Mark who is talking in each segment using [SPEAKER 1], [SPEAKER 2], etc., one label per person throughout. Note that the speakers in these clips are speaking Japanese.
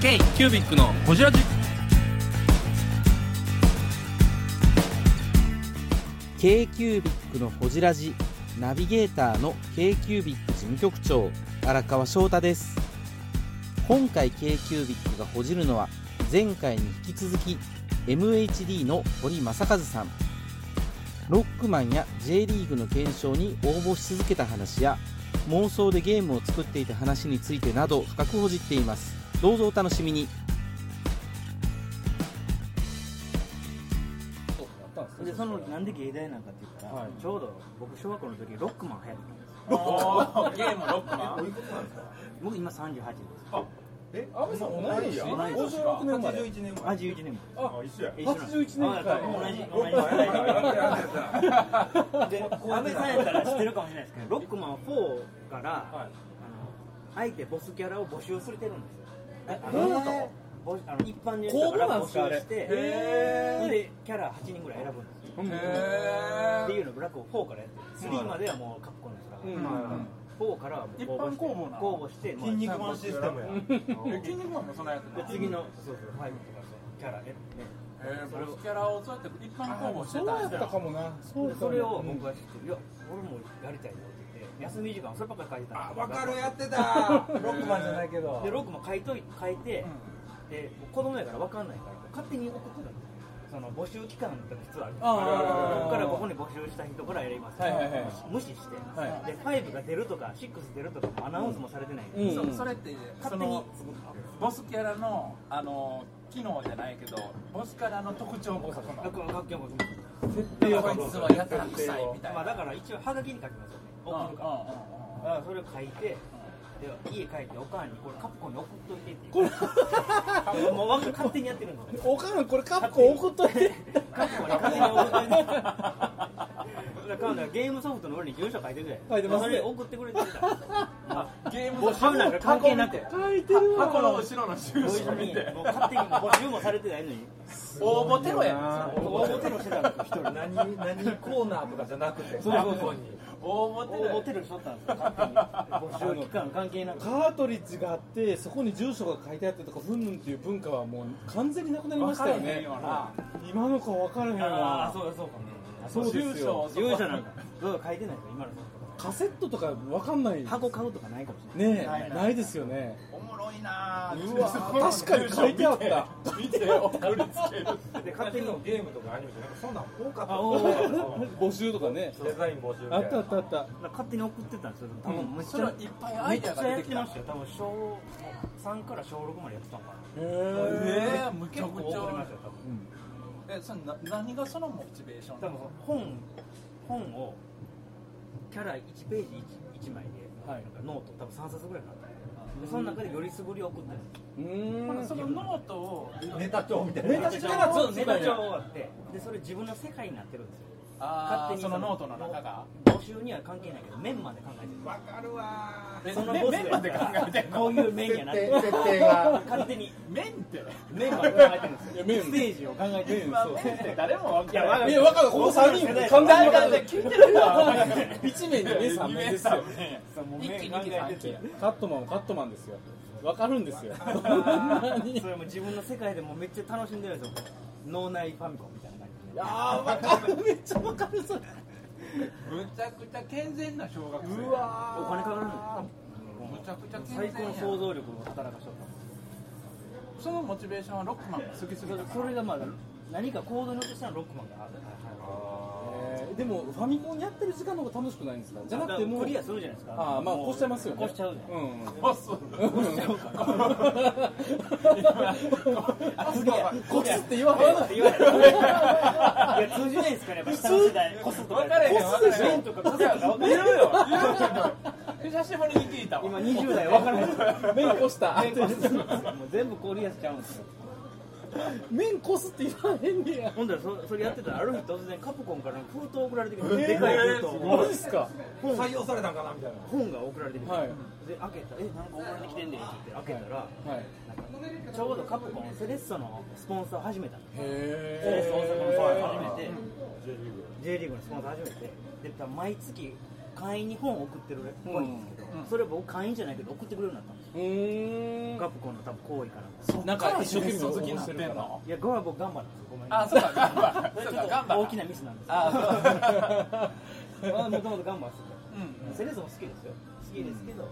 [SPEAKER 1] K キュービックのホジラジ
[SPEAKER 2] k q b i c のほじラジナビゲーターの k q b i c 事務局長荒川翔太です今回 k q b i c がほじるのは前回に引き続き MHD の堀正和さんロックマンや J リーグの検証に応募し続けた話や妄想でゲームを作っていた話についてなど深くほじっていますどうぞお楽しみに
[SPEAKER 3] でそのなんで芸大なんかって言ったら、ちょうど僕小学校の時ロックマン流行ってたんです
[SPEAKER 4] ゲームロックマン
[SPEAKER 3] 僕今38です
[SPEAKER 4] え、安倍さん同い年
[SPEAKER 3] 同い年
[SPEAKER 4] 56年まで81年
[SPEAKER 3] あ11年も
[SPEAKER 4] あ、一緒や
[SPEAKER 3] 一緒なんです
[SPEAKER 4] 81年か
[SPEAKER 3] あ同じ同じ
[SPEAKER 4] ロックマン
[SPEAKER 3] で安倍さんやったら知ってるかもしれないですけどロックマン4から、あの相手ボスキャラを募集されてるんですよえあのボスあの一般の人から募集してほんでキャラ8人ぐらい選ぶんですよっていうのをブラックを4からやってる3まではもう各校の人らが、4からはもう公募して公募して筋肉マンシステムや
[SPEAKER 4] 筋肉マンもそんなやつ
[SPEAKER 3] で次のそうそうファイブとかキャラね
[SPEAKER 4] えー、ボスキャラをそうやって一般公募してたんやかも
[SPEAKER 3] でそれを僕は知って「いや俺もやりたいよ」って言って休み時間そればっかり書いてたんですよ
[SPEAKER 4] ってたロックマンじゃないけど
[SPEAKER 3] でロックも書いとい書いて、で子供やから分かんないから勝手に送ってたんですよその募集期間って普通あるじゃないですかここからここに募集した人から選びます、
[SPEAKER 4] はいはいはい
[SPEAKER 3] 無視して、で5が出るとか6出るとかもアナウンスもされてないんで、
[SPEAKER 4] そそれってそ
[SPEAKER 3] 勝手に
[SPEAKER 4] のボスキャラのあの機能じゃないけどボスキャラの特徴も書くの
[SPEAKER 3] 学校の学級も
[SPEAKER 4] こいつはやたら臭いみたい
[SPEAKER 3] まあ
[SPEAKER 4] な
[SPEAKER 3] だから一応ハガキに書きますよね送るから、だからそれを書いて、で家帰っておかんにこれカプコンに送っといてってこれ もうわか勝手にやってるんですよ
[SPEAKER 5] おかんこれカッコ送っといて
[SPEAKER 3] カプコンに勝手に送っといてだからカウンターがゲームソフトの裏に住所書いてるじゃない
[SPEAKER 5] 書いてます
[SPEAKER 3] そ
[SPEAKER 5] ね
[SPEAKER 3] れ送ってくれてるから
[SPEAKER 4] うんゲーム
[SPEAKER 3] もう買うなんか関係なく
[SPEAKER 5] 書いてる
[SPEAKER 4] 箱の後ろの収
[SPEAKER 3] 同
[SPEAKER 4] 集
[SPEAKER 3] 時
[SPEAKER 4] 見
[SPEAKER 3] に
[SPEAKER 4] て
[SPEAKER 3] もう勝手に募集もされてないのに
[SPEAKER 4] 応募テロやん
[SPEAKER 3] 応募テロしてたんですよ一人
[SPEAKER 5] 何何コーナーとかじゃなくて
[SPEAKER 3] そうそうそう
[SPEAKER 4] 応募テロや
[SPEAKER 3] 応募テロしとったんですよ勝手に募集期間関係なく
[SPEAKER 5] カートリッジがあってそこに住所が書いてあってとかふんぬんっていう文化はもう完全になくなりましたよ
[SPEAKER 4] 分かれへん
[SPEAKER 5] ね
[SPEAKER 4] よな
[SPEAKER 5] 今の子分からへんわ
[SPEAKER 3] そうだそうかも
[SPEAKER 5] そうですよ
[SPEAKER 3] 勇者なんかどう書いてないですか今の
[SPEAKER 5] カセットとか分かんないね
[SPEAKER 3] 箱買うとかないかもしれない
[SPEAKER 5] えないですよね
[SPEAKER 4] おもろいなぁ
[SPEAKER 5] うわ確かに書いてあった
[SPEAKER 4] 見て送りつける
[SPEAKER 3] で勝手に
[SPEAKER 6] ゲームとかアニメとか、そんなん多か
[SPEAKER 3] あおー
[SPEAKER 5] 募集とかね
[SPEAKER 6] った。デザイン募集み
[SPEAKER 5] あ
[SPEAKER 6] たい
[SPEAKER 5] ったあ
[SPEAKER 6] な
[SPEAKER 5] っ。たあった
[SPEAKER 3] 勝手に送ってたんですよ多分めっち
[SPEAKER 4] それ
[SPEAKER 3] ゃ
[SPEAKER 4] いっぱいア
[SPEAKER 3] め
[SPEAKER 4] イ
[SPEAKER 3] っ
[SPEAKER 4] デ
[SPEAKER 3] ち
[SPEAKER 4] アが
[SPEAKER 3] ゃ
[SPEAKER 4] 出
[SPEAKER 3] やってて
[SPEAKER 4] き
[SPEAKER 3] ま
[SPEAKER 4] た
[SPEAKER 3] したよ多分小3から小6までやってたのかな
[SPEAKER 5] へえ
[SPEAKER 4] えー、むちゃ
[SPEAKER 3] 結
[SPEAKER 4] く
[SPEAKER 3] 構
[SPEAKER 4] ち
[SPEAKER 3] 送りま
[SPEAKER 4] ゃ
[SPEAKER 3] したよ多分
[SPEAKER 4] えそれな何がそのモチベーション
[SPEAKER 3] 多分本本をキャラ1ページ 1, 枚で、
[SPEAKER 5] はい
[SPEAKER 3] なんかノート多分3冊ぐらい買ったんででその中でよりすぐりを送ったんです
[SPEAKER 5] うーん
[SPEAKER 4] そのノートを
[SPEAKER 6] ネタ帳みたいな。
[SPEAKER 5] ネタ帳がそう
[SPEAKER 3] ネタ帳終わってでそれ自分の世界になってるんですよ
[SPEAKER 4] あ
[SPEAKER 3] 勝手
[SPEAKER 4] ー
[SPEAKER 3] に
[SPEAKER 4] そのノートの中が
[SPEAKER 3] 募集には関係ないけどメンマで考えてるわかるわそのボス
[SPEAKER 4] メンマで考えてんの
[SPEAKER 3] こういうメンやなって
[SPEAKER 6] 設定が。
[SPEAKER 3] 勝手に
[SPEAKER 4] 面って
[SPEAKER 3] メンマで考えてるんですよ
[SPEAKER 5] いや麺
[SPEAKER 3] ステージを考えてるんですよ
[SPEAKER 4] 今面って誰もわか
[SPEAKER 3] いやわ
[SPEAKER 4] ら
[SPEAKER 3] か
[SPEAKER 4] ない
[SPEAKER 3] る
[SPEAKER 5] いや分かるここ3人完全に分かる
[SPEAKER 4] 聞いてるわ
[SPEAKER 5] 一面でね三面ですよ
[SPEAKER 3] そうもう
[SPEAKER 4] 一
[SPEAKER 3] メ
[SPEAKER 4] 気
[SPEAKER 3] ン
[SPEAKER 4] に
[SPEAKER 3] 考えて
[SPEAKER 4] 一気に
[SPEAKER 3] て
[SPEAKER 5] カットマンはカットマンですよ分かるんですよそんな
[SPEAKER 3] あー
[SPEAKER 5] に
[SPEAKER 3] それも自分の世界でもうめっちゃ楽しんでるんですよ脳内ファミコンみたいな感じで
[SPEAKER 5] ああ分かるめっちゃ分かるそれ
[SPEAKER 4] むちゃくちゃ健全な小学生
[SPEAKER 5] うわ
[SPEAKER 3] お金かか
[SPEAKER 4] むちゃくちゃ
[SPEAKER 3] るんです
[SPEAKER 4] 健
[SPEAKER 3] よ最高
[SPEAKER 4] 全
[SPEAKER 3] の
[SPEAKER 4] や
[SPEAKER 3] 想
[SPEAKER 4] ん
[SPEAKER 3] 像力を働かしとったんです
[SPEAKER 4] そのモチベーションはロックマンが好きすぎた
[SPEAKER 3] よそれがまだ何か行動に移したのロックマンがある
[SPEAKER 5] えーでもファミコンやってる時間の方が楽しくないんですかじゃなくてもう
[SPEAKER 3] クリアするじゃないですか
[SPEAKER 5] ああまあ
[SPEAKER 3] も
[SPEAKER 5] こうしちゃいますよね
[SPEAKER 3] こうしちゃうじゃん
[SPEAKER 5] うんうん
[SPEAKER 4] ボス
[SPEAKER 3] すげえ
[SPEAKER 5] こすって言わへん
[SPEAKER 3] 言わないいや通じないですからやっぱ下の世代コスとか
[SPEAKER 4] 分かれへん
[SPEAKER 3] コスでしょとかコスとか分かれへん
[SPEAKER 4] 久しぶりに聞いたわ
[SPEAKER 3] 今20代分からへん
[SPEAKER 5] 麺こした
[SPEAKER 3] もう全部氷やしちゃうんですよ
[SPEAKER 5] 麺こすって言わへんねや
[SPEAKER 3] ほんだらそそれやってたらある日突然カプコンから封筒送られてきてでかい封筒
[SPEAKER 5] マジっすか
[SPEAKER 6] 採用されたんかなみたいな。
[SPEAKER 3] 本が送られてきて、
[SPEAKER 5] はい
[SPEAKER 3] で開けたら「えなんか送られてきてんねん」って言って開けたら、
[SPEAKER 5] はい
[SPEAKER 3] なんかちょうどカプコンセレッソのスポンサーを始めたの
[SPEAKER 5] へ
[SPEAKER 3] セレッソ大阪のスポンサーを
[SPEAKER 5] え
[SPEAKER 3] 始めて J リーグのスポンサーを始めてで毎月会員に本を送ってるっぽいんですけど、
[SPEAKER 4] うん
[SPEAKER 3] それ僕会員じゃないけど送ってくれるようになったんですよ、
[SPEAKER 5] うーん
[SPEAKER 3] ガプコンの多分行為から
[SPEAKER 4] なんか一
[SPEAKER 5] 一
[SPEAKER 4] 生懸
[SPEAKER 5] 生懸命
[SPEAKER 4] 命
[SPEAKER 5] 応
[SPEAKER 4] 好き
[SPEAKER 5] 募
[SPEAKER 4] な
[SPEAKER 5] し
[SPEAKER 4] っててん
[SPEAKER 5] るから
[SPEAKER 4] の
[SPEAKER 3] いやガンバ僕頑張ったんですよごめんな
[SPEAKER 4] あ
[SPEAKER 3] さい
[SPEAKER 4] そうかガンバ
[SPEAKER 3] それ
[SPEAKER 4] そう
[SPEAKER 3] ちょ
[SPEAKER 4] か
[SPEAKER 3] っ
[SPEAKER 4] ガン
[SPEAKER 3] と
[SPEAKER 4] バ
[SPEAKER 3] 大きなミスなんです
[SPEAKER 4] あ
[SPEAKER 3] けどもともとガンバ好き
[SPEAKER 4] そううん
[SPEAKER 3] でセレッソも好きですよ好きですけ
[SPEAKER 4] え
[SPEAKER 3] ど、
[SPEAKER 4] ー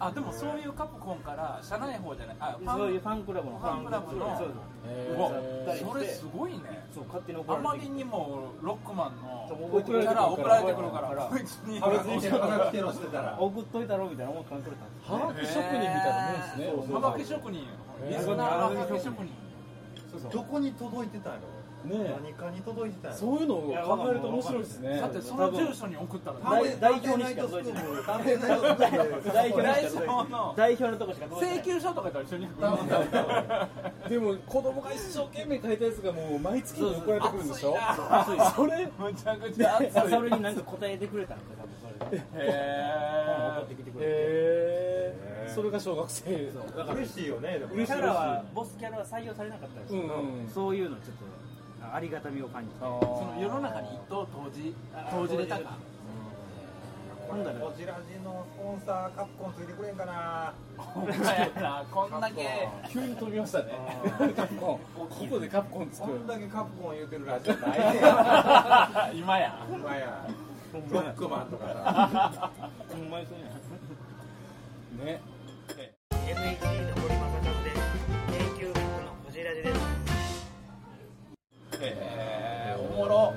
[SPEAKER 4] あでもそういうカプコンから社内方じゃないあファン
[SPEAKER 3] そういうファンクラブの
[SPEAKER 4] ファンクラブの
[SPEAKER 3] そうです
[SPEAKER 5] え
[SPEAKER 4] うわ
[SPEAKER 5] ー
[SPEAKER 4] それすごいね
[SPEAKER 3] そう勝手に怒ら
[SPEAKER 4] あ
[SPEAKER 3] れて
[SPEAKER 4] まりにもロックマンの
[SPEAKER 3] 送
[SPEAKER 4] キ
[SPEAKER 3] られ
[SPEAKER 4] ャ
[SPEAKER 3] て
[SPEAKER 4] ラ送られてくるからこいつに
[SPEAKER 6] 腹ついてる腹つけろしてたら
[SPEAKER 3] 送っといたろみたいな思ってくれたんです
[SPEAKER 5] はがき職人みたいなもんですね
[SPEAKER 4] はがき職人
[SPEAKER 5] え
[SPEAKER 4] リ
[SPEAKER 5] ー
[SPEAKER 4] スナーのはがき職人そうそう
[SPEAKER 6] どこに届いてたんやろ
[SPEAKER 5] ね
[SPEAKER 6] 何かに届いてたんやろ
[SPEAKER 5] そういうのを考えると面白いですね
[SPEAKER 4] だってその住所に送ったら
[SPEAKER 3] 多分代代表にしか
[SPEAKER 6] 届
[SPEAKER 3] 届
[SPEAKER 6] い
[SPEAKER 3] い
[SPEAKER 6] て
[SPEAKER 3] て
[SPEAKER 6] な
[SPEAKER 3] ないい
[SPEAKER 6] 代
[SPEAKER 3] 代表
[SPEAKER 4] 大丈夫の
[SPEAKER 3] 代表のとこしか
[SPEAKER 4] 請
[SPEAKER 3] 届いてない
[SPEAKER 4] 求書とかと一緒に送る
[SPEAKER 6] 多分 多分
[SPEAKER 5] でも子供が一生懸命書いたやつがもう毎月送られてくるんでしょ
[SPEAKER 4] 熱いな
[SPEAKER 5] それ
[SPEAKER 4] むちゃくちゃ熱い
[SPEAKER 3] それになんか答えてくれたんで多分それで
[SPEAKER 4] へ
[SPEAKER 3] 送ってきてくれて
[SPEAKER 5] へ
[SPEAKER 6] へ
[SPEAKER 5] え
[SPEAKER 6] ー
[SPEAKER 5] それが小学生
[SPEAKER 6] 嬉しいよねでも
[SPEAKER 5] 嬉
[SPEAKER 3] キ
[SPEAKER 5] しい
[SPEAKER 3] ャラはボスキャラは採用されなかったです
[SPEAKER 5] う
[SPEAKER 3] け
[SPEAKER 5] ん
[SPEAKER 3] ど、
[SPEAKER 5] うん
[SPEAKER 3] そういうのちょっとありがたみを感じて
[SPEAKER 4] その世の中に一頭投じ投じれたか
[SPEAKER 6] 今度こちら人のスポンサーカプコンついてくれんかな
[SPEAKER 4] ほんまやなこんだけ
[SPEAKER 5] 急に飛びましたねカプコンここでカプコンつ
[SPEAKER 6] こ
[SPEAKER 5] く
[SPEAKER 6] んだけカプコン言うてるラジオないね や
[SPEAKER 4] 今や
[SPEAKER 6] ほんまやロックマンとかさ
[SPEAKER 3] ほんまにそうや
[SPEAKER 5] ね
[SPEAKER 3] NHC の堀正和です永久学のこじらじです
[SPEAKER 4] へえおもろ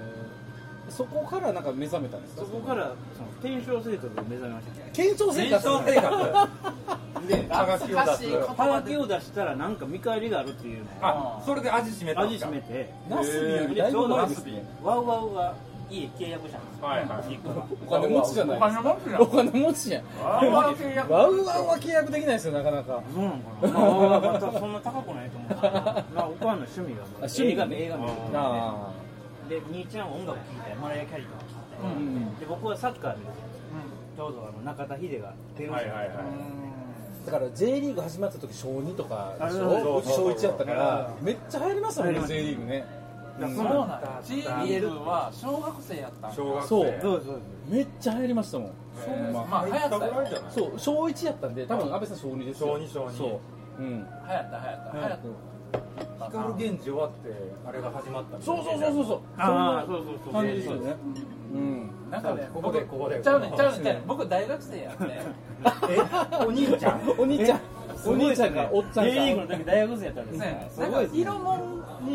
[SPEAKER 5] そこからなんか目覚めたんですか
[SPEAKER 3] そこからその転職生活を目覚めました
[SPEAKER 5] 検証生活
[SPEAKER 6] 生活ではがきを出す
[SPEAKER 3] はがきを出したらなんか見返りがあるっていうのを
[SPEAKER 6] あそれで味しめたん
[SPEAKER 3] 味
[SPEAKER 6] です
[SPEAKER 3] し
[SPEAKER 6] か
[SPEAKER 3] めて
[SPEAKER 5] ナスビより
[SPEAKER 3] で
[SPEAKER 5] だい
[SPEAKER 3] ちょ
[SPEAKER 5] ぶ
[SPEAKER 3] うど
[SPEAKER 5] 前ですね
[SPEAKER 3] ワウワウが家契約したんですよ
[SPEAKER 6] はいはい
[SPEAKER 3] 実家が
[SPEAKER 5] お金持ちじゃないですか
[SPEAKER 4] 持ち
[SPEAKER 5] お金持ちやん
[SPEAKER 4] ワウワウ契約
[SPEAKER 5] ワウワウは契約できないですよなかなか
[SPEAKER 3] そうなんかな、まあ、ワウワウがそんな高くないと思うからまあおかんの趣味がもう
[SPEAKER 5] 趣味
[SPEAKER 3] 映画
[SPEAKER 5] が
[SPEAKER 3] 見
[SPEAKER 5] ね
[SPEAKER 3] 映画見ることなん
[SPEAKER 5] あ
[SPEAKER 3] でで兄ちゃんは音楽聴いたりマライア・キャリーとか聴いた
[SPEAKER 5] あ
[SPEAKER 3] り、
[SPEAKER 5] うん
[SPEAKER 3] で僕はサッカー見てちょうどあの中田秀が電話
[SPEAKER 6] は
[SPEAKER 3] し
[SPEAKER 6] い
[SPEAKER 3] て
[SPEAKER 6] はいはい
[SPEAKER 5] だから J リーグ始まった時小2とかでし
[SPEAKER 3] あそうそ
[SPEAKER 5] ょ
[SPEAKER 6] う
[SPEAKER 5] うち小1やったからめっちゃ流行りましたもん
[SPEAKER 3] 流行りました
[SPEAKER 5] ね J リーグね
[SPEAKER 3] だから
[SPEAKER 4] そうなんだチームは小学生やったん
[SPEAKER 6] 小学生
[SPEAKER 5] そう
[SPEAKER 3] そうそう
[SPEAKER 5] めっちゃ流行りましたもん
[SPEAKER 6] そうです
[SPEAKER 5] まあ
[SPEAKER 4] まあ流行ったよ
[SPEAKER 6] ぐらいじゃない
[SPEAKER 5] そう小1やったんで多分安倍さん小2ですよ
[SPEAKER 6] 小二小二
[SPEAKER 5] そううん
[SPEAKER 4] 流行った流行った流行った
[SPEAKER 6] 光源氏終わってあれが始まったみた
[SPEAKER 5] そ
[SPEAKER 6] いな
[SPEAKER 5] うそうそうそうそう
[SPEAKER 3] ああそうそう
[SPEAKER 5] そ
[SPEAKER 3] そう
[SPEAKER 5] んな感じですよねうん
[SPEAKER 4] なんかね
[SPEAKER 6] ここでここで
[SPEAKER 4] ちゃうねんちゃうねんちゃうねん僕大学生やって
[SPEAKER 6] えお兄ちゃん
[SPEAKER 5] お兄ちゃんお兄ちゃんかおっちゃん
[SPEAKER 3] J リーグの
[SPEAKER 5] か
[SPEAKER 3] 時大学生やったんです
[SPEAKER 4] そうやねんな
[SPEAKER 3] よ
[SPEAKER 4] んか色物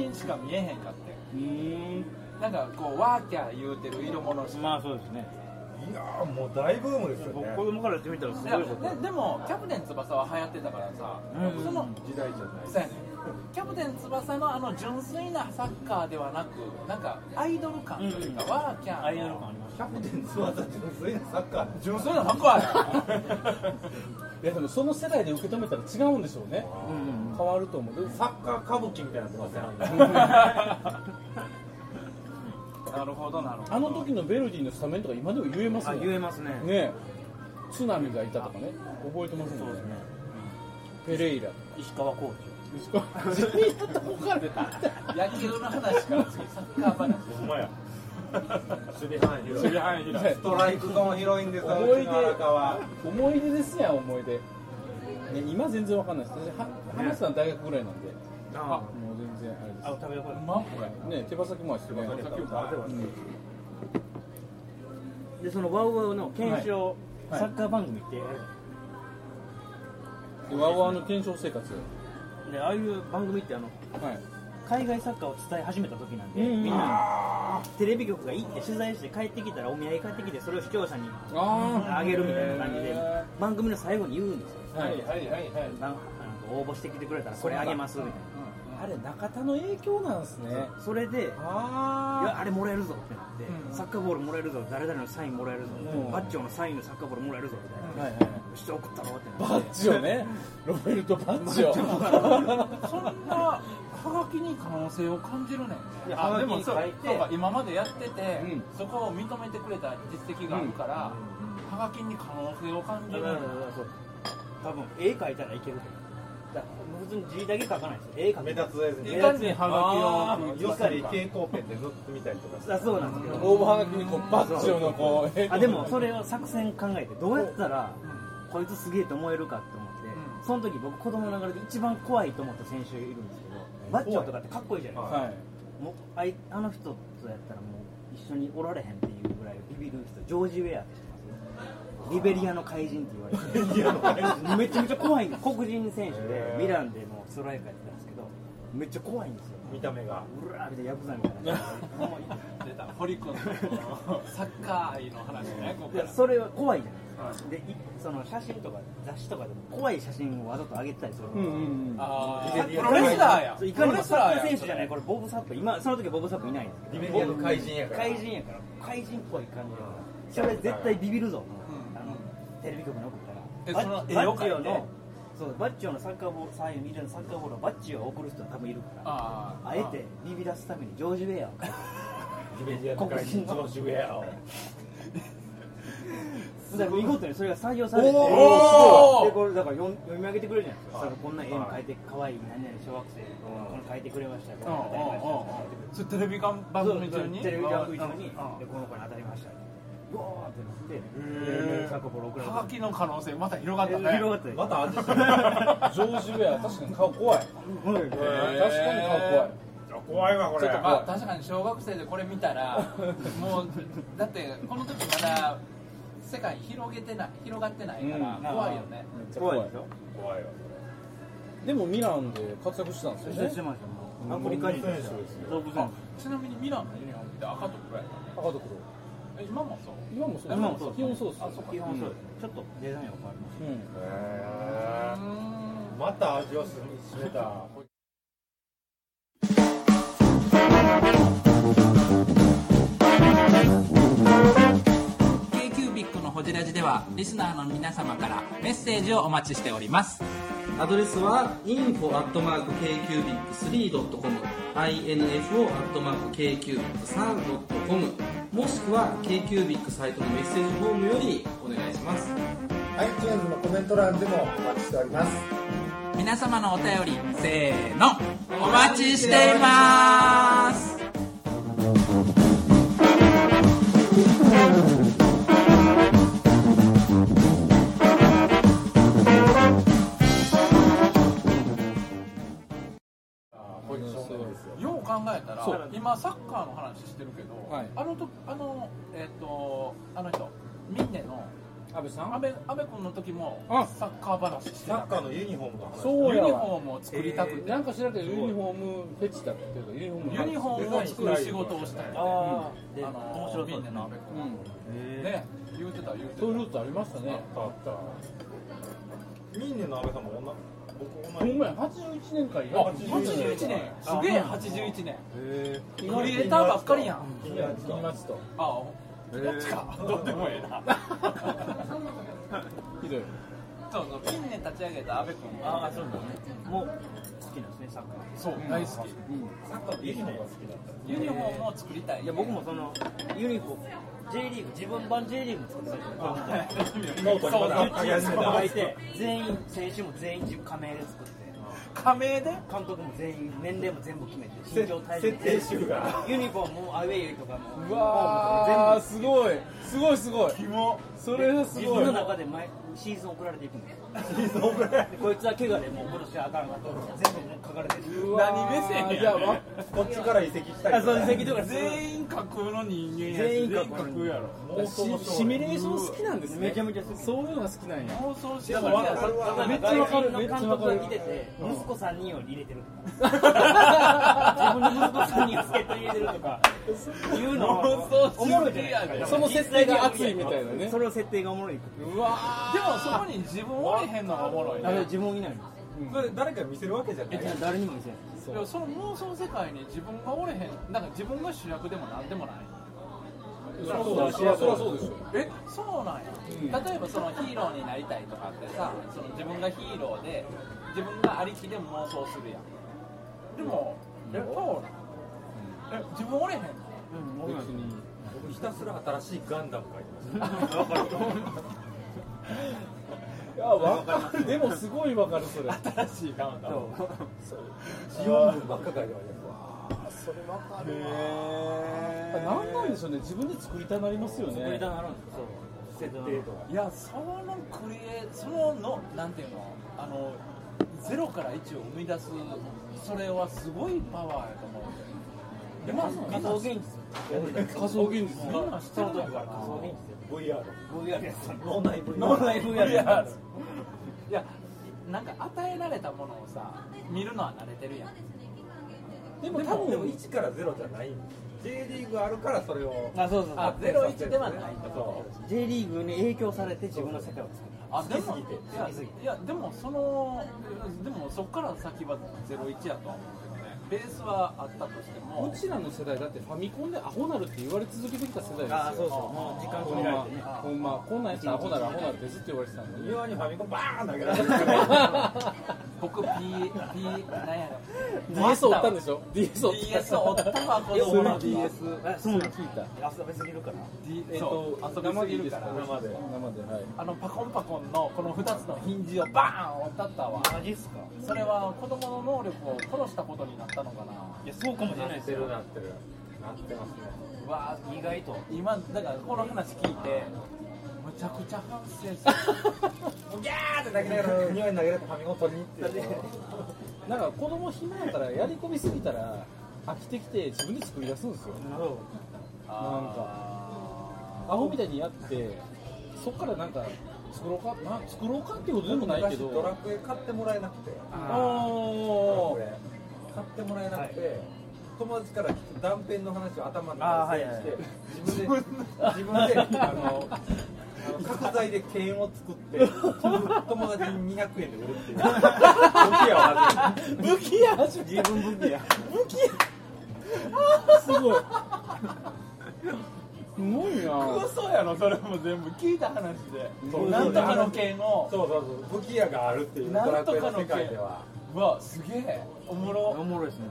[SPEAKER 4] にしか見えへんかって
[SPEAKER 3] うん
[SPEAKER 4] なんかこうワーキャー言うてる色物しか
[SPEAKER 3] まあそうですね
[SPEAKER 6] いやーもう大ブームですよね
[SPEAKER 3] 僕子供からやってみたらす
[SPEAKER 4] い
[SPEAKER 3] ご
[SPEAKER 4] や
[SPEAKER 3] い
[SPEAKER 4] で
[SPEAKER 3] こと
[SPEAKER 4] でもキャプテン翼は流行ってたからさ
[SPEAKER 3] うん
[SPEAKER 4] その
[SPEAKER 6] 時代じゃない
[SPEAKER 4] そうやねキャプテン翼のあの純粋なサッカーではなくなんかアイドル感というか、
[SPEAKER 3] うん
[SPEAKER 4] ワーキャーの
[SPEAKER 3] アイアル感ありまし
[SPEAKER 6] キャプテン翼ってそういうのサッカー
[SPEAKER 4] 純粋なサッカーや
[SPEAKER 5] いやでもその世代で受け止めたら違うんでしょうね
[SPEAKER 3] たうん
[SPEAKER 5] 変わると思うで
[SPEAKER 6] サッカー歌舞伎みたいになってますね
[SPEAKER 4] なるほどなるほど
[SPEAKER 5] あの時のベルディのスタメンとか今でも言えます
[SPEAKER 3] あ
[SPEAKER 5] もん
[SPEAKER 3] 言
[SPEAKER 5] ね
[SPEAKER 3] えますね
[SPEAKER 5] え津波がいたとかね覚えてますもんねペレイラ
[SPEAKER 3] 石川コー
[SPEAKER 5] ジニアとこから出た
[SPEAKER 4] 野球の話から次サッカー話
[SPEAKER 6] ほんまや守備範囲広い
[SPEAKER 5] はい
[SPEAKER 6] ストライクゾーン広いんですよ
[SPEAKER 5] 思
[SPEAKER 6] う
[SPEAKER 5] い
[SPEAKER 6] ちの荒川
[SPEAKER 5] 出思い出ですやん思い出、ね、今全然わかんないです私は浜田さん大学ぐらいなんで
[SPEAKER 3] チあ
[SPEAKER 5] もう全然あれです
[SPEAKER 3] あ食べよう
[SPEAKER 4] う
[SPEAKER 3] か
[SPEAKER 4] まっこれ
[SPEAKER 5] ね手羽先回しとかないと
[SPEAKER 3] でそのワウワウの検証、
[SPEAKER 5] はい
[SPEAKER 3] サッカー番組って、
[SPEAKER 5] でワウワウの検証生活
[SPEAKER 3] でああいう番組ってあの
[SPEAKER 5] はい
[SPEAKER 3] 海外サッカーを伝え始めた時なんで、
[SPEAKER 5] うん
[SPEAKER 3] みんなテレビ局が行って取材して帰ってきたらお土産買ってきてそれを視聴者に
[SPEAKER 5] あ
[SPEAKER 3] あげるみたいな感じで
[SPEAKER 5] へー
[SPEAKER 3] 番組の最後に言うんですよ
[SPEAKER 5] はいはいはいはい
[SPEAKER 3] なんなんか応募してきてくれたらこれあげますみたい
[SPEAKER 5] あれ中田の影響なんすね
[SPEAKER 3] なそれでいや
[SPEAKER 5] あ
[SPEAKER 3] あれもらえるぞってなって、
[SPEAKER 4] うん
[SPEAKER 3] サッカーボールもらえるぞ誰々のサインもらえるぞ、
[SPEAKER 5] うん
[SPEAKER 3] バッチョのサインのサッカーボールもらえるぞみたいな、
[SPEAKER 5] あはいはい
[SPEAKER 3] そして送ったろって
[SPEAKER 5] バ
[SPEAKER 3] なっ
[SPEAKER 5] ッジをねロベルト・バッジを
[SPEAKER 4] そんなはがきに可能性を感じるねんね
[SPEAKER 3] いやはがきに書いて
[SPEAKER 4] そうか今までやってて、
[SPEAKER 5] うん
[SPEAKER 4] そこを認めてくれた実績があるから、はがきに可能性を感
[SPEAKER 3] て
[SPEAKER 4] じ
[SPEAKER 3] だ
[SPEAKER 4] るね
[SPEAKER 3] からだからそう多分絵描いたらいけるけどだから普通に字だけ書かないですよ絵書く
[SPEAKER 6] 目立つやつに
[SPEAKER 3] いかに
[SPEAKER 1] ハ
[SPEAKER 5] あ
[SPEAKER 1] ガ
[SPEAKER 6] よさり蛍光ペンでずっと見たりとかして
[SPEAKER 3] あそうなんですけど
[SPEAKER 5] 応募はがきにこうバッジをのこう
[SPEAKER 3] あでもそれを作戦考えてどうやったらこいつすげえと思えるかって思って、その時僕子供ながらで一番怖いと思った選手いるんですけどバッチョとかってかっこいいじゃないですか、
[SPEAKER 5] はい
[SPEAKER 3] もうあいあの人とやったらもう一緒におられへんっていうぐらいビビる人ジョージ・ウェアって知ってますリベリアの怪人って言われてるめちゃめちゃ怖いんです黒人選手でミランでもうストライカーやってたんですけどめっちゃ怖いんですよ
[SPEAKER 6] 見た目が
[SPEAKER 3] うらーみたいなヤクザみたいなもう
[SPEAKER 4] 出た堀君のサッカー愛の話ねここ
[SPEAKER 3] い
[SPEAKER 4] から
[SPEAKER 3] やそれは怖いじゃないですか、でいその写真とか雑誌とかでも怖い写真をわざと上げてたりする、
[SPEAKER 5] うんうん
[SPEAKER 4] あ
[SPEAKER 3] さ
[SPEAKER 4] ー
[SPEAKER 3] っき
[SPEAKER 4] プロレスラーや
[SPEAKER 3] そういかに
[SPEAKER 4] プロ
[SPEAKER 3] も
[SPEAKER 4] レス
[SPEAKER 3] サッ
[SPEAKER 4] ラ
[SPEAKER 3] カ
[SPEAKER 4] ー
[SPEAKER 3] ー
[SPEAKER 4] や
[SPEAKER 3] 選手じゃないこれボブサップ今その時ボブサップいないんですけ
[SPEAKER 6] リ
[SPEAKER 3] ど
[SPEAKER 6] ベリアの怪人やから
[SPEAKER 3] 怪人やから怪人っぽい感じやからそれ絶対ビビるぞ、
[SPEAKER 4] うん
[SPEAKER 3] あのテレビ局に送
[SPEAKER 4] え
[SPEAKER 3] ったら
[SPEAKER 4] その
[SPEAKER 3] バ
[SPEAKER 4] 絵
[SPEAKER 3] ッバ
[SPEAKER 4] を
[SPEAKER 3] ッ
[SPEAKER 4] 描い
[SPEAKER 3] チ
[SPEAKER 4] て
[SPEAKER 3] オのそうバッチオのサッカーボールサインミラのサッカーボールをバッチオを送る人は多分いるから
[SPEAKER 4] あー
[SPEAKER 3] あえてビビらすためにジョージ・ウェアを描いて
[SPEAKER 6] リベリアの怪人ジョージウェアを
[SPEAKER 3] だから見事にそれが採用されてで
[SPEAKER 4] おー
[SPEAKER 3] これだから読み読み上げてくれるじゃないですか、そのこんな絵に描いて可愛い何々小学生この描いてくれましたよこ
[SPEAKER 4] うんうんうん
[SPEAKER 3] の
[SPEAKER 4] うんそれテレビ番組
[SPEAKER 3] 当た
[SPEAKER 4] 中
[SPEAKER 3] りまし
[SPEAKER 4] に
[SPEAKER 3] たテレビ番組中
[SPEAKER 4] う
[SPEAKER 3] に
[SPEAKER 4] んうん
[SPEAKER 3] でこの子に当たりましたってうわーってなって
[SPEAKER 4] へー
[SPEAKER 3] サコボロ送られ
[SPEAKER 4] は
[SPEAKER 3] て
[SPEAKER 4] がきの可能性また広がったね
[SPEAKER 3] 広がったです
[SPEAKER 6] また味して
[SPEAKER 5] ジョージウ
[SPEAKER 6] る
[SPEAKER 5] ェア確かに顔怖い
[SPEAKER 3] はい
[SPEAKER 5] 確かに顔怖い
[SPEAKER 6] 怖いわこ
[SPEAKER 4] ちょっ
[SPEAKER 6] れ
[SPEAKER 4] とまあ確かに小学生でこれ見たらもうだってこの時まだ世界広げてない広がってないから
[SPEAKER 3] うん
[SPEAKER 4] 怖いよね、
[SPEAKER 5] めっちゃ
[SPEAKER 3] 怖
[SPEAKER 5] 怖
[SPEAKER 3] い
[SPEAKER 5] い
[SPEAKER 3] でしょ
[SPEAKER 6] 怖いわ
[SPEAKER 5] でもミランで活躍してたんです
[SPEAKER 3] 出
[SPEAKER 5] よ
[SPEAKER 3] して
[SPEAKER 5] ね
[SPEAKER 3] ましたもんアフリカ人でした
[SPEAKER 6] そうですよ
[SPEAKER 3] 動物園
[SPEAKER 4] ちなみにミランのユニフォームって赤と黒やった
[SPEAKER 5] 赤と黒
[SPEAKER 4] え今もそう
[SPEAKER 5] 今もそう
[SPEAKER 3] 今もそう
[SPEAKER 5] 基本そうですよ
[SPEAKER 4] あそうか
[SPEAKER 3] 基本そうですねちょっとデザインは変わりまし
[SPEAKER 5] うん
[SPEAKER 6] へ
[SPEAKER 4] う
[SPEAKER 6] ーまた味をしめた
[SPEAKER 7] ー k ー b i c のホジラジではリスナーの皆様からメッセージをお待ちしております
[SPEAKER 2] アドレスは info.kcubic3.com info.kcubic3.com もしくは KQBIC サイトのメッセージフォームよりお願いします
[SPEAKER 8] iTunes のコメント欄でもお待ちしております
[SPEAKER 7] 皆様のお便りせーのお待ちしています
[SPEAKER 4] よう考えた
[SPEAKER 5] そ
[SPEAKER 4] ら
[SPEAKER 5] う
[SPEAKER 4] 今サッカーの話してるけど、
[SPEAKER 5] はい
[SPEAKER 4] あのとあのえっ、とあの人ミンネの
[SPEAKER 5] 安倍さ
[SPEAKER 4] 安倍安倍君の時も
[SPEAKER 5] あ
[SPEAKER 4] サッカー話してた
[SPEAKER 6] サッカーのユニフォームの話
[SPEAKER 5] そう
[SPEAKER 4] ユニ
[SPEAKER 5] や
[SPEAKER 4] フォ
[SPEAKER 5] わ
[SPEAKER 4] ームを作りたくて、
[SPEAKER 5] なんか知らんけどユニフォームフェチだっていうかユニフォーム
[SPEAKER 4] ユニフォームを作る仕事をしたい
[SPEAKER 3] たああで
[SPEAKER 4] あ
[SPEAKER 3] 面
[SPEAKER 4] の
[SPEAKER 3] 白
[SPEAKER 4] ミ
[SPEAKER 3] そう
[SPEAKER 4] ン
[SPEAKER 3] で
[SPEAKER 4] ネ
[SPEAKER 3] す
[SPEAKER 4] の
[SPEAKER 3] ね
[SPEAKER 4] 安倍君
[SPEAKER 5] うん
[SPEAKER 4] ね言うてた言うてた
[SPEAKER 5] そういうルートありましたね
[SPEAKER 6] あったあったミンネの安倍さんも女僕
[SPEAKER 5] ほ
[SPEAKER 6] 同
[SPEAKER 5] ん
[SPEAKER 6] じ
[SPEAKER 5] まや81年間い
[SPEAKER 4] あ81年すげえ81年クリエイターばっかりやん
[SPEAKER 6] 気になってた
[SPEAKER 5] 金松と
[SPEAKER 4] あどっちかどうでもええな
[SPEAKER 5] ひどい
[SPEAKER 4] そうそう近年立ち上げた阿部君
[SPEAKER 3] ああそうなんですねもう好きなんですねサッカー
[SPEAKER 4] そう大好き
[SPEAKER 6] サッカーのユニフォームが好きだった
[SPEAKER 4] ユニフォームを作りたい
[SPEAKER 3] いや僕もそのユニフォーム J リーグ自分版 J リーグ作ってたじゃないですか
[SPEAKER 6] ノートにまだ書き始めた
[SPEAKER 3] 書いて全員選手も全員自分加盟で作って
[SPEAKER 4] 加盟で
[SPEAKER 3] 監督も全員年齢も全部決めて身長体重
[SPEAKER 6] 設定集が
[SPEAKER 3] ユニフォームもアウェイとかも
[SPEAKER 5] うわー
[SPEAKER 3] フォームとかも
[SPEAKER 5] すごいすごいすごいそれはす
[SPEAKER 3] 全部
[SPEAKER 5] ご
[SPEAKER 3] 自
[SPEAKER 5] い
[SPEAKER 3] 分の中で毎シーズン送られていくんですでこいつは怪我でもう今年はあかんかと全部もう書かれてる
[SPEAKER 4] 何目線やねん
[SPEAKER 5] いやわ
[SPEAKER 6] こっちから移籍したり
[SPEAKER 3] あそう移籍とか
[SPEAKER 4] 全員架空の人間やし
[SPEAKER 3] 全
[SPEAKER 4] 全
[SPEAKER 3] 員
[SPEAKER 4] 員
[SPEAKER 3] 架
[SPEAKER 4] 架
[SPEAKER 3] 空
[SPEAKER 4] 空やろ
[SPEAKER 6] 妄想の
[SPEAKER 5] シシミュレーション好きなんですね
[SPEAKER 3] めちゃめちゃ好き
[SPEAKER 5] そういうのが好きなんや
[SPEAKER 4] 妄想し
[SPEAKER 3] で
[SPEAKER 4] な
[SPEAKER 3] も
[SPEAKER 4] が
[SPEAKER 3] わ
[SPEAKER 4] ら
[SPEAKER 3] かるわ
[SPEAKER 5] めっちゃわか
[SPEAKER 3] 外国
[SPEAKER 5] る
[SPEAKER 3] の監督が来てて
[SPEAKER 5] めっちゃわかる
[SPEAKER 3] 息子3人を入れてるとか自分の息子3人を助っ人入れてるとかいうの
[SPEAKER 4] 妄想
[SPEAKER 3] は
[SPEAKER 4] 中
[SPEAKER 3] おもろいじゃないですか
[SPEAKER 5] その設定が熱いみたいなね
[SPEAKER 3] それを設定がおもろい
[SPEAKER 5] うわ
[SPEAKER 4] でもそこに自分おれへんのがおもろい
[SPEAKER 3] あれ
[SPEAKER 4] ね
[SPEAKER 3] 自分いないん
[SPEAKER 6] それ誰かに見せるわけじゃない
[SPEAKER 3] です誰にも見せない
[SPEAKER 4] でもその妄想世界に自分がおれへんなんか自分が主役でもなんでもない
[SPEAKER 5] ーそりゃそうだそりゃそうですよ
[SPEAKER 4] えそうなんや、例えばそのヒーローになりたいとかってさその自分がヒーローで自分がありきで妄想するやんでもえそうなんえ自分おれへんの
[SPEAKER 5] 別に
[SPEAKER 6] 僕ひたすら新しいガンダム書いてまし
[SPEAKER 5] ああわかるでもすごいわかるそれ
[SPEAKER 4] 新しいカウンター
[SPEAKER 5] 4分ばっか書いてあるやんわあそれわかるわなんなんでしょうね自分で作りたなりますよね
[SPEAKER 3] 作りたなるんですよそう設定とか
[SPEAKER 4] いやそのクリエそののなんていうのあのゼロから1を生み出すそれはすごいパワーやと思うでまあ仮想現実
[SPEAKER 5] 仮想現実
[SPEAKER 4] みんな知ってる時から仮想現実
[SPEAKER 3] VR やつ脳内 VR 脳内 VR やつ
[SPEAKER 4] いやなんか与えられたものをさ見るのは慣れてるやん
[SPEAKER 5] でも
[SPEAKER 6] で
[SPEAKER 5] 多
[SPEAKER 6] もでも
[SPEAKER 5] 分
[SPEAKER 6] 1から0じゃないんです J リーグあるからそれを
[SPEAKER 3] あそうそうそ
[SPEAKER 4] あ
[SPEAKER 3] う
[SPEAKER 4] ゼロ一ではない
[SPEAKER 6] そ
[SPEAKER 3] J リーグに影響されて自分の世界を作る
[SPEAKER 4] あでも
[SPEAKER 6] 好きすぎて
[SPEAKER 4] いやいやでもそのでもそこから先はゼロ一やとは思うけどねベースはあったとしても
[SPEAKER 5] うちらの世代だってファミコンでアホなるって言われ続けてきた世代ですよ
[SPEAKER 3] あそうそうもう時間
[SPEAKER 5] ほ
[SPEAKER 3] 決め
[SPEAKER 5] ん
[SPEAKER 3] られ
[SPEAKER 5] ま
[SPEAKER 3] てね、
[SPEAKER 5] ほんま、こんなんやつアホならアホなるってずっと言われてたの
[SPEAKER 6] う
[SPEAKER 5] に
[SPEAKER 6] 庭にファミコンバーン投げられてる
[SPEAKER 4] 僕 P P なんやろ
[SPEAKER 5] DS おったんでしょ DS おった
[SPEAKER 4] DS おったわ子
[SPEAKER 5] そ
[SPEAKER 4] 供
[SPEAKER 5] れ
[SPEAKER 4] の
[SPEAKER 5] DS
[SPEAKER 3] えそうなの
[SPEAKER 5] 聞いた
[SPEAKER 3] 遊びすぎるから
[SPEAKER 5] えっ
[SPEAKER 4] そ
[SPEAKER 5] と
[SPEAKER 4] う遊びすぎるから
[SPEAKER 5] 生で生ではい
[SPEAKER 4] あのパコンパコンのこの2つのヒンジをバーン折ったったわ
[SPEAKER 3] マジっすか
[SPEAKER 4] それは子供の能力を殺したことになったのかない
[SPEAKER 3] やそうかもしれないですよ
[SPEAKER 6] なってるなってますね
[SPEAKER 4] うわ
[SPEAKER 3] 意外と
[SPEAKER 4] 今だからこの話聞いてむちゃくちゃ反省する
[SPEAKER 6] もうギャーって投げながら庭に投げられてファミコン取りに行ってる
[SPEAKER 5] なんか子供暇やからやり込みすぎたら飽きてきて自分で作り出すんですよ
[SPEAKER 3] なるほど
[SPEAKER 5] なんかアホみたいにやってそっからなんか作ろうかな作ろうかっていうことでもないけ
[SPEAKER 6] 昔ドラ
[SPEAKER 5] ど
[SPEAKER 6] クエ買ってもらえなくて
[SPEAKER 5] おー
[SPEAKER 6] 買ってもらえなくて、友達から断片の話を頭の
[SPEAKER 3] あーは
[SPEAKER 6] 中
[SPEAKER 3] い
[SPEAKER 6] で
[SPEAKER 3] はい
[SPEAKER 6] して自分で自分であのあの角材で剣を作って友達に200円で売るっていう武器はまずい
[SPEAKER 5] 武器や自分武器や武器やすごいすごいな
[SPEAKER 4] 嘘やろそれも全部聞いた話
[SPEAKER 6] そう
[SPEAKER 4] でなんとかの剣を
[SPEAKER 6] そうそうそう武器屋があるっていうド
[SPEAKER 4] な
[SPEAKER 6] ラ
[SPEAKER 4] んと
[SPEAKER 6] クエ
[SPEAKER 4] か
[SPEAKER 6] の
[SPEAKER 4] の
[SPEAKER 6] 世
[SPEAKER 4] 剣
[SPEAKER 6] 界では
[SPEAKER 4] うわすげえおもろ
[SPEAKER 3] おもろいですね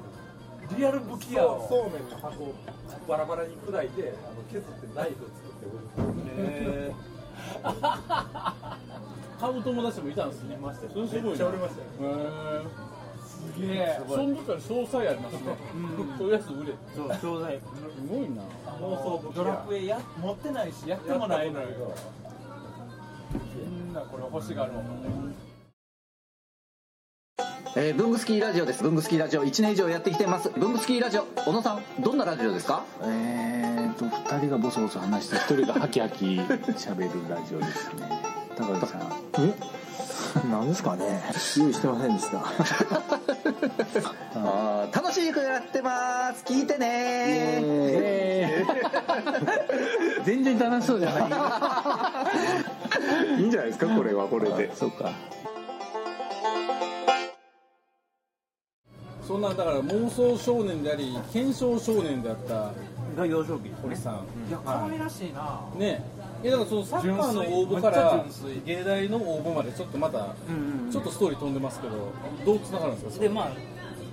[SPEAKER 4] リアル武器や
[SPEAKER 6] そう
[SPEAKER 4] ろ
[SPEAKER 6] そうめんの箱をバラバラに砕いてあの削ってナイフを作って売るっていう
[SPEAKER 5] 買う友達もいたんですねましてそれすご
[SPEAKER 6] めっ
[SPEAKER 5] い
[SPEAKER 6] ちゃ
[SPEAKER 5] な
[SPEAKER 6] 売れましたよ
[SPEAKER 5] へー
[SPEAKER 4] すげえ
[SPEAKER 5] その時から詳細ありますねとりあえず売れす
[SPEAKER 3] そう教材
[SPEAKER 5] ごいな
[SPEAKER 6] 妄想武器
[SPEAKER 4] ド
[SPEAKER 6] 屋
[SPEAKER 4] ラクエや持ってないしやってもないの
[SPEAKER 6] やっ
[SPEAKER 4] よ
[SPEAKER 6] たことないけど
[SPEAKER 4] みんなこれ欲しがるもんね
[SPEAKER 9] えー、ブングスキーラジオです。ブングスキーラジオ1年以上やってきてます。ブングスキーラジオ、小野さん、どんなラジオですかえーと、2人がボソボソ話して、1人がハキハキ喋るラジオですね。高橋さん。え なんですかね用意してませんでした。あー楽しくやってます聞いてね全然楽しそうじゃないいいんじゃないですかこれはこれでそうか
[SPEAKER 5] そんなだから妄想少年であり検証少年であった
[SPEAKER 3] が幼少期です
[SPEAKER 5] 堀さん、
[SPEAKER 4] いや可愛らしい な
[SPEAKER 5] ねえだからそのサッカーの応募か
[SPEAKER 4] めっ
[SPEAKER 5] ら
[SPEAKER 4] ちゃ純粋
[SPEAKER 5] 芸大の応募までちょっとまたちょっとストーリー飛んでますけどどうつながるんですかそれ
[SPEAKER 3] でまあ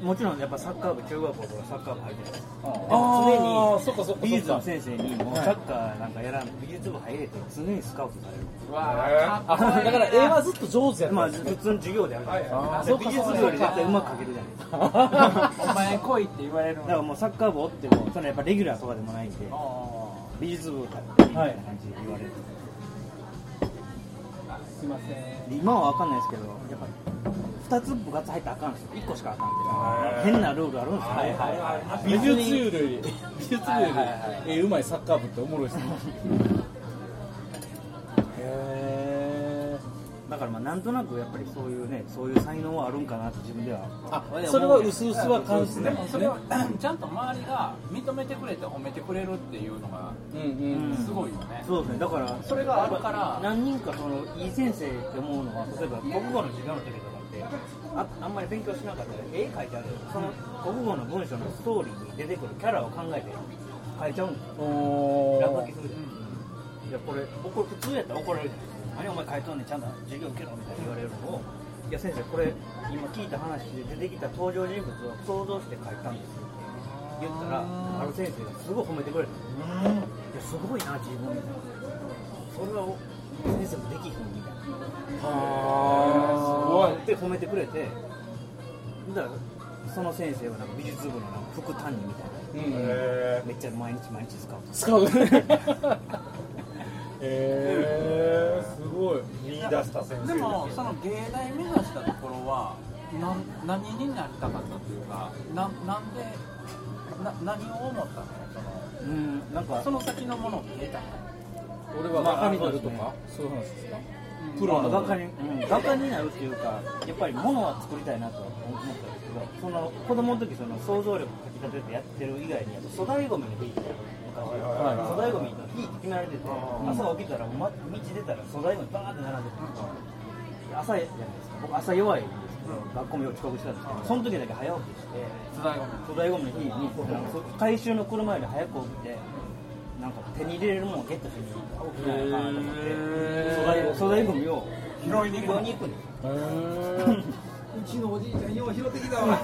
[SPEAKER 3] もちろんやっぱサッカー部中学校からサッカー部入ってるんです
[SPEAKER 5] あーそっかそっか
[SPEAKER 3] 美術
[SPEAKER 5] そっ
[SPEAKER 3] の
[SPEAKER 5] か
[SPEAKER 3] 先生にもうサッカーなんかやらん美術部入れと常にスカウトされる
[SPEAKER 4] うわ
[SPEAKER 5] あだから絵はずっと上手やった、
[SPEAKER 3] まあ普通の授業であるじゃないですか
[SPEAKER 5] あー
[SPEAKER 3] で
[SPEAKER 5] そっ
[SPEAKER 3] 美
[SPEAKER 5] か
[SPEAKER 3] 術
[SPEAKER 5] そっ
[SPEAKER 3] 部
[SPEAKER 5] か
[SPEAKER 3] より絶対うまく描けるじゃないですか
[SPEAKER 4] お 前来いって言われるの
[SPEAKER 3] だからもうサッカー部おってもそのやっぱレギュラーとかでもないんで
[SPEAKER 4] あ
[SPEAKER 3] 美術部からみたいな感じで言われる、
[SPEAKER 4] ーすいません
[SPEAKER 3] で今は分かんないですけどやっぱ2つ部活入ったらあかんんですよ1個しかあかんって変なルールあるんですよね、
[SPEAKER 5] 美術部より美術部より絵うまいサッカー部っておもろいですねへ
[SPEAKER 3] だからまあなんとなくやっぱりそういうねそういう才能はあるんかなって自分では
[SPEAKER 5] ーあそれは薄々は感じて
[SPEAKER 4] で
[SPEAKER 5] たん
[SPEAKER 4] も
[SPEAKER 5] です
[SPEAKER 4] それ
[SPEAKER 5] ね
[SPEAKER 4] はちゃんと周りが認めてくれて褒めてくれるっていうのが
[SPEAKER 5] うんうん
[SPEAKER 4] すごいよね
[SPEAKER 3] そうですねだから
[SPEAKER 4] それがあるから
[SPEAKER 3] 何人かそのいい先生って思うのは例えば国語の授業の時とかってああんまり勉強しなかったら絵描いてあるその国語の文章のストーリーに出てくるキャラを考えて描いちゃうんですよ
[SPEAKER 5] お
[SPEAKER 3] 落書
[SPEAKER 5] ー
[SPEAKER 3] きするじゃんいやこれ怒る普通やったら怒られるじゃないですか何お前描いとんねんちゃんと授業受けろみたいに言われるのをいや先生これ今聞いた話で出てきた登場人物を想像して描いたんですよって言ったらある先生がすごい褒めてくれたいやすごいな自分みたいなそれはお先生もできひんみたいな
[SPEAKER 5] あ
[SPEAKER 3] で褒めてくれてだからその先生はなんか美術部のなんか副担任みたいな、めっちゃ毎日毎日使うと
[SPEAKER 5] 使うねえー、すごい
[SPEAKER 6] 見出した先生
[SPEAKER 4] でもその芸大目指したところはな何になりたかったというかななんでな何を思ったのその
[SPEAKER 3] うんなんか
[SPEAKER 4] その先のものを見えたの
[SPEAKER 5] 俺は
[SPEAKER 3] まあ
[SPEAKER 5] バカになる
[SPEAKER 3] そう
[SPEAKER 5] と
[SPEAKER 3] です
[SPEAKER 5] かそういう話ですか
[SPEAKER 3] プロの画家に、うん、画家になるっていうかやっぱり物は作りたいなと思ったんですけどその子供の時その想像力をかき立ててやってる以外にやっぱ粗大ゴミの日って昔は粗大ゴミの日って決められてて朝起きたら、ま、道出たら粗大ゴミバーって並んでて朝じゃないですか僕朝弱いんですけど、学校もよく遅刻したんですけどその時だけ早起きして
[SPEAKER 4] 津田が
[SPEAKER 3] 粗大ゴミの日になんかそ回収の車より早く起きてなんか手に入れるものをゲットして起きないかなと思って粗大粗大ゴミを
[SPEAKER 4] 拾いに行く
[SPEAKER 3] 拾い
[SPEAKER 4] の
[SPEAKER 3] に行くんですよ
[SPEAKER 6] うちのおじいちゃんよう拾ってきたわ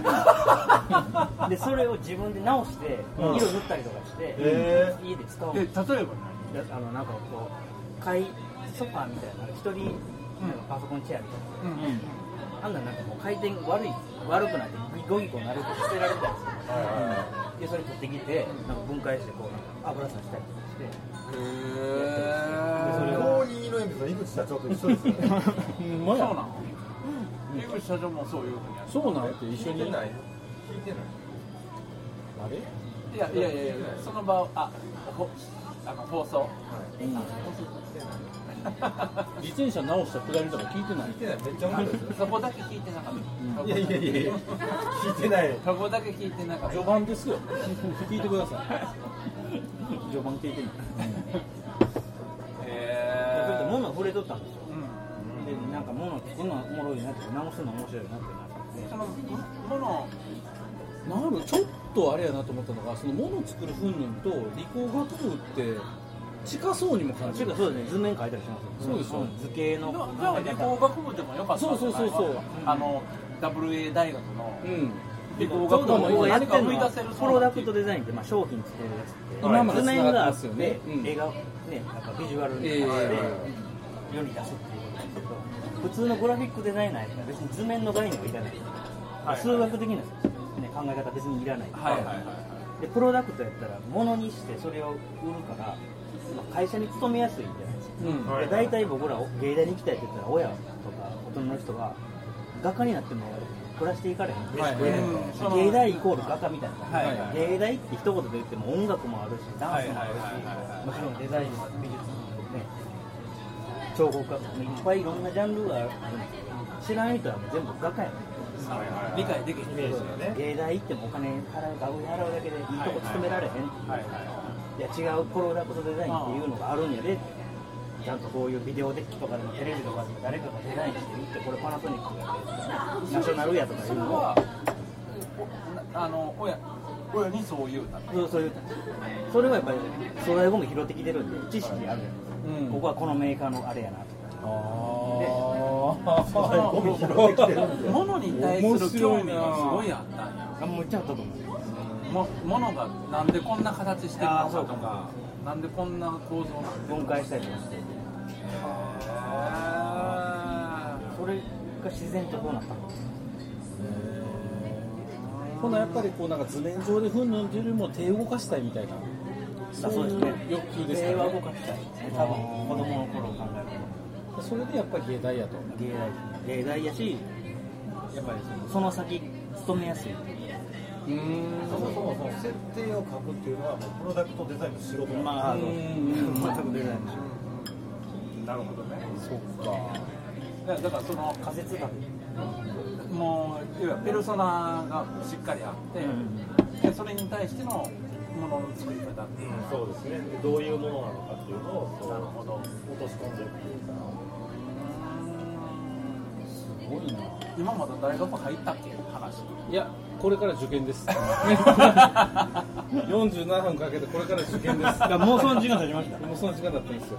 [SPEAKER 3] でそれを自分で直して色塗ったりとかして、
[SPEAKER 6] え
[SPEAKER 3] 家で使おう
[SPEAKER 4] え例えば何
[SPEAKER 3] だあのなんかこう買いソファーみたいな一人なんかパソコンチェアみたいな、あんなんなんかもう回転悪い悪くなってギコギコなると捨てられたんですよでそれ取ってきてなんか分解してこうなんか油さしたりとかして
[SPEAKER 6] それ公認色鉛筆の井口社長と一緒ですよね
[SPEAKER 5] うん
[SPEAKER 4] そ
[SPEAKER 5] ま
[SPEAKER 4] うな
[SPEAKER 5] や
[SPEAKER 4] の江口社長もそういうふうにや
[SPEAKER 5] そうなんて一緒に
[SPEAKER 6] い聞いてない
[SPEAKER 4] るいやいやいやいやその場をあほあの放送
[SPEAKER 5] 自転車直したくだりとか聞いてない
[SPEAKER 6] 聞いてないめっちゃ面白いですよ
[SPEAKER 4] そこだけ聞いてなかった
[SPEAKER 6] いやいやいやいや聞いてないよ
[SPEAKER 4] そこだけ聞いてなかった
[SPEAKER 5] 序盤ですよ聞いてくださ
[SPEAKER 3] 序盤聞いてみた
[SPEAKER 4] へ
[SPEAKER 3] それで
[SPEAKER 4] え
[SPEAKER 3] 物を触れとったんですよ
[SPEAKER 4] うん
[SPEAKER 3] でなんか物を作るのはおもろいなって直すの面白いなってなって
[SPEAKER 4] そのもの
[SPEAKER 5] いなんかちょっとあれやなと思ったのがその物を作る訓練と理工学部って近そうにも感じ
[SPEAKER 3] ちょっ
[SPEAKER 5] る
[SPEAKER 3] とそうですね図面描いたりしますよ
[SPEAKER 5] そうでしょ
[SPEAKER 3] ん図形の
[SPEAKER 4] のじゃあ理工学部でもよかったんじゃない
[SPEAKER 5] そうそうそうそう
[SPEAKER 4] あの WA 大学の
[SPEAKER 5] うん
[SPEAKER 4] 理工
[SPEAKER 3] ちょ
[SPEAKER 4] 学
[SPEAKER 3] う
[SPEAKER 4] 部
[SPEAKER 3] ど
[SPEAKER 4] も
[SPEAKER 3] 僕がや
[SPEAKER 4] や
[SPEAKER 3] っ
[SPEAKER 4] り
[SPEAKER 3] て
[SPEAKER 4] か
[SPEAKER 3] る
[SPEAKER 4] 生
[SPEAKER 3] の
[SPEAKER 4] み
[SPEAKER 3] は
[SPEAKER 4] 出せる
[SPEAKER 3] プロダクトデザインって、まあ、商品作るやつって
[SPEAKER 5] 今まで
[SPEAKER 3] 図面
[SPEAKER 5] 繋が
[SPEAKER 3] が
[SPEAKER 5] って
[SPEAKER 3] あ
[SPEAKER 5] ま
[SPEAKER 3] っ
[SPEAKER 5] す
[SPEAKER 3] て、
[SPEAKER 5] よねうん
[SPEAKER 3] 絵がねなんかビジュアルに
[SPEAKER 5] ええ
[SPEAKER 3] 変わって世に出すっていうことなんですけど普通のグラフィックデザイナーやったら別に図面の概念はいらない、数学的な、ね、考え方別にいらない、
[SPEAKER 4] はいはいはい
[SPEAKER 3] でプロダクトやったら物にしてそれを売るからまあ会社に勤めやすいじゃないですか
[SPEAKER 5] うん
[SPEAKER 3] で大体僕ら芸大に行きたいって言ったら親とか大人の人が画家になっても暮らしていかれへんって言って、
[SPEAKER 4] はい
[SPEAKER 3] 芸大イコール画家みたいな、
[SPEAKER 4] はいはい
[SPEAKER 3] 芸大って一言で言っても音楽もあるしダンスもあ
[SPEAKER 4] は
[SPEAKER 3] るし、
[SPEAKER 4] いはいはいはい
[SPEAKER 3] もちろんデザイン美術ね彫刻家もいっぱいいろんなジャンルがあるんですけど知らない人はもう全部画家やね
[SPEAKER 4] 理解できてる
[SPEAKER 3] 芸大行ってもお金払う学費払うだけでいいとこ勤められへんっていう、いや違うプロダクトデザインっていうのがあるんやでちゃんとこういうビデオデッキとかでもテレビとかでも誰かがデザインしてるってこれパナソニックやでナショナルやとかい
[SPEAKER 4] そうれ
[SPEAKER 3] のを
[SPEAKER 4] はおなあの親親にそう言うた
[SPEAKER 3] そうそういうそれはやっぱり粗大ゴミ拾ってきてるんで知識あるやん、
[SPEAKER 5] うん
[SPEAKER 3] ここはこのメーカーのあれやなとか
[SPEAKER 5] あ
[SPEAKER 4] そのものに対する興味がすごいあったんや
[SPEAKER 3] あもう言っちゃったと思う
[SPEAKER 4] もものがなんでこんな形してるの
[SPEAKER 3] あ
[SPEAKER 4] か
[SPEAKER 3] ーそう
[SPEAKER 4] と
[SPEAKER 3] か
[SPEAKER 4] かなんでこんな構造なん
[SPEAKER 3] 分解したりとかしてそれが自然とこうなったんです
[SPEAKER 5] ほなやっぱりこうなんか図面上でうんぬんっていうよりも手動かしたいみたいなそういう欲求です
[SPEAKER 3] 平
[SPEAKER 5] か
[SPEAKER 3] 和
[SPEAKER 5] ね
[SPEAKER 3] 動かしたいですね多分子供の頃を考えると
[SPEAKER 5] それでやっぱり芸大やと
[SPEAKER 3] 芸大芸大やしやっぱりそのその先勤めやすい
[SPEAKER 5] うん
[SPEAKER 6] そもそもその設定を書くっていうのはもうプロダクトデザインの仕事なん
[SPEAKER 3] まあ全く出ない
[SPEAKER 6] なるほどね
[SPEAKER 5] そっか
[SPEAKER 4] だだからその
[SPEAKER 3] 仮説だ
[SPEAKER 4] もういわゆるペルソナがしっかりあって、でそれに対してのものの作り方っていう
[SPEAKER 6] うんそうですねどういうものなのかっていうのをこう
[SPEAKER 4] なるほど
[SPEAKER 6] 落とし込んでるっ
[SPEAKER 5] す
[SPEAKER 6] ていうか
[SPEAKER 5] ごいな
[SPEAKER 4] 今まだ大学入ったっけ話
[SPEAKER 5] いやこれから受験 です47分かけてこれから受験です
[SPEAKER 3] もうその時間経ちました
[SPEAKER 5] もうその時間だったんですよ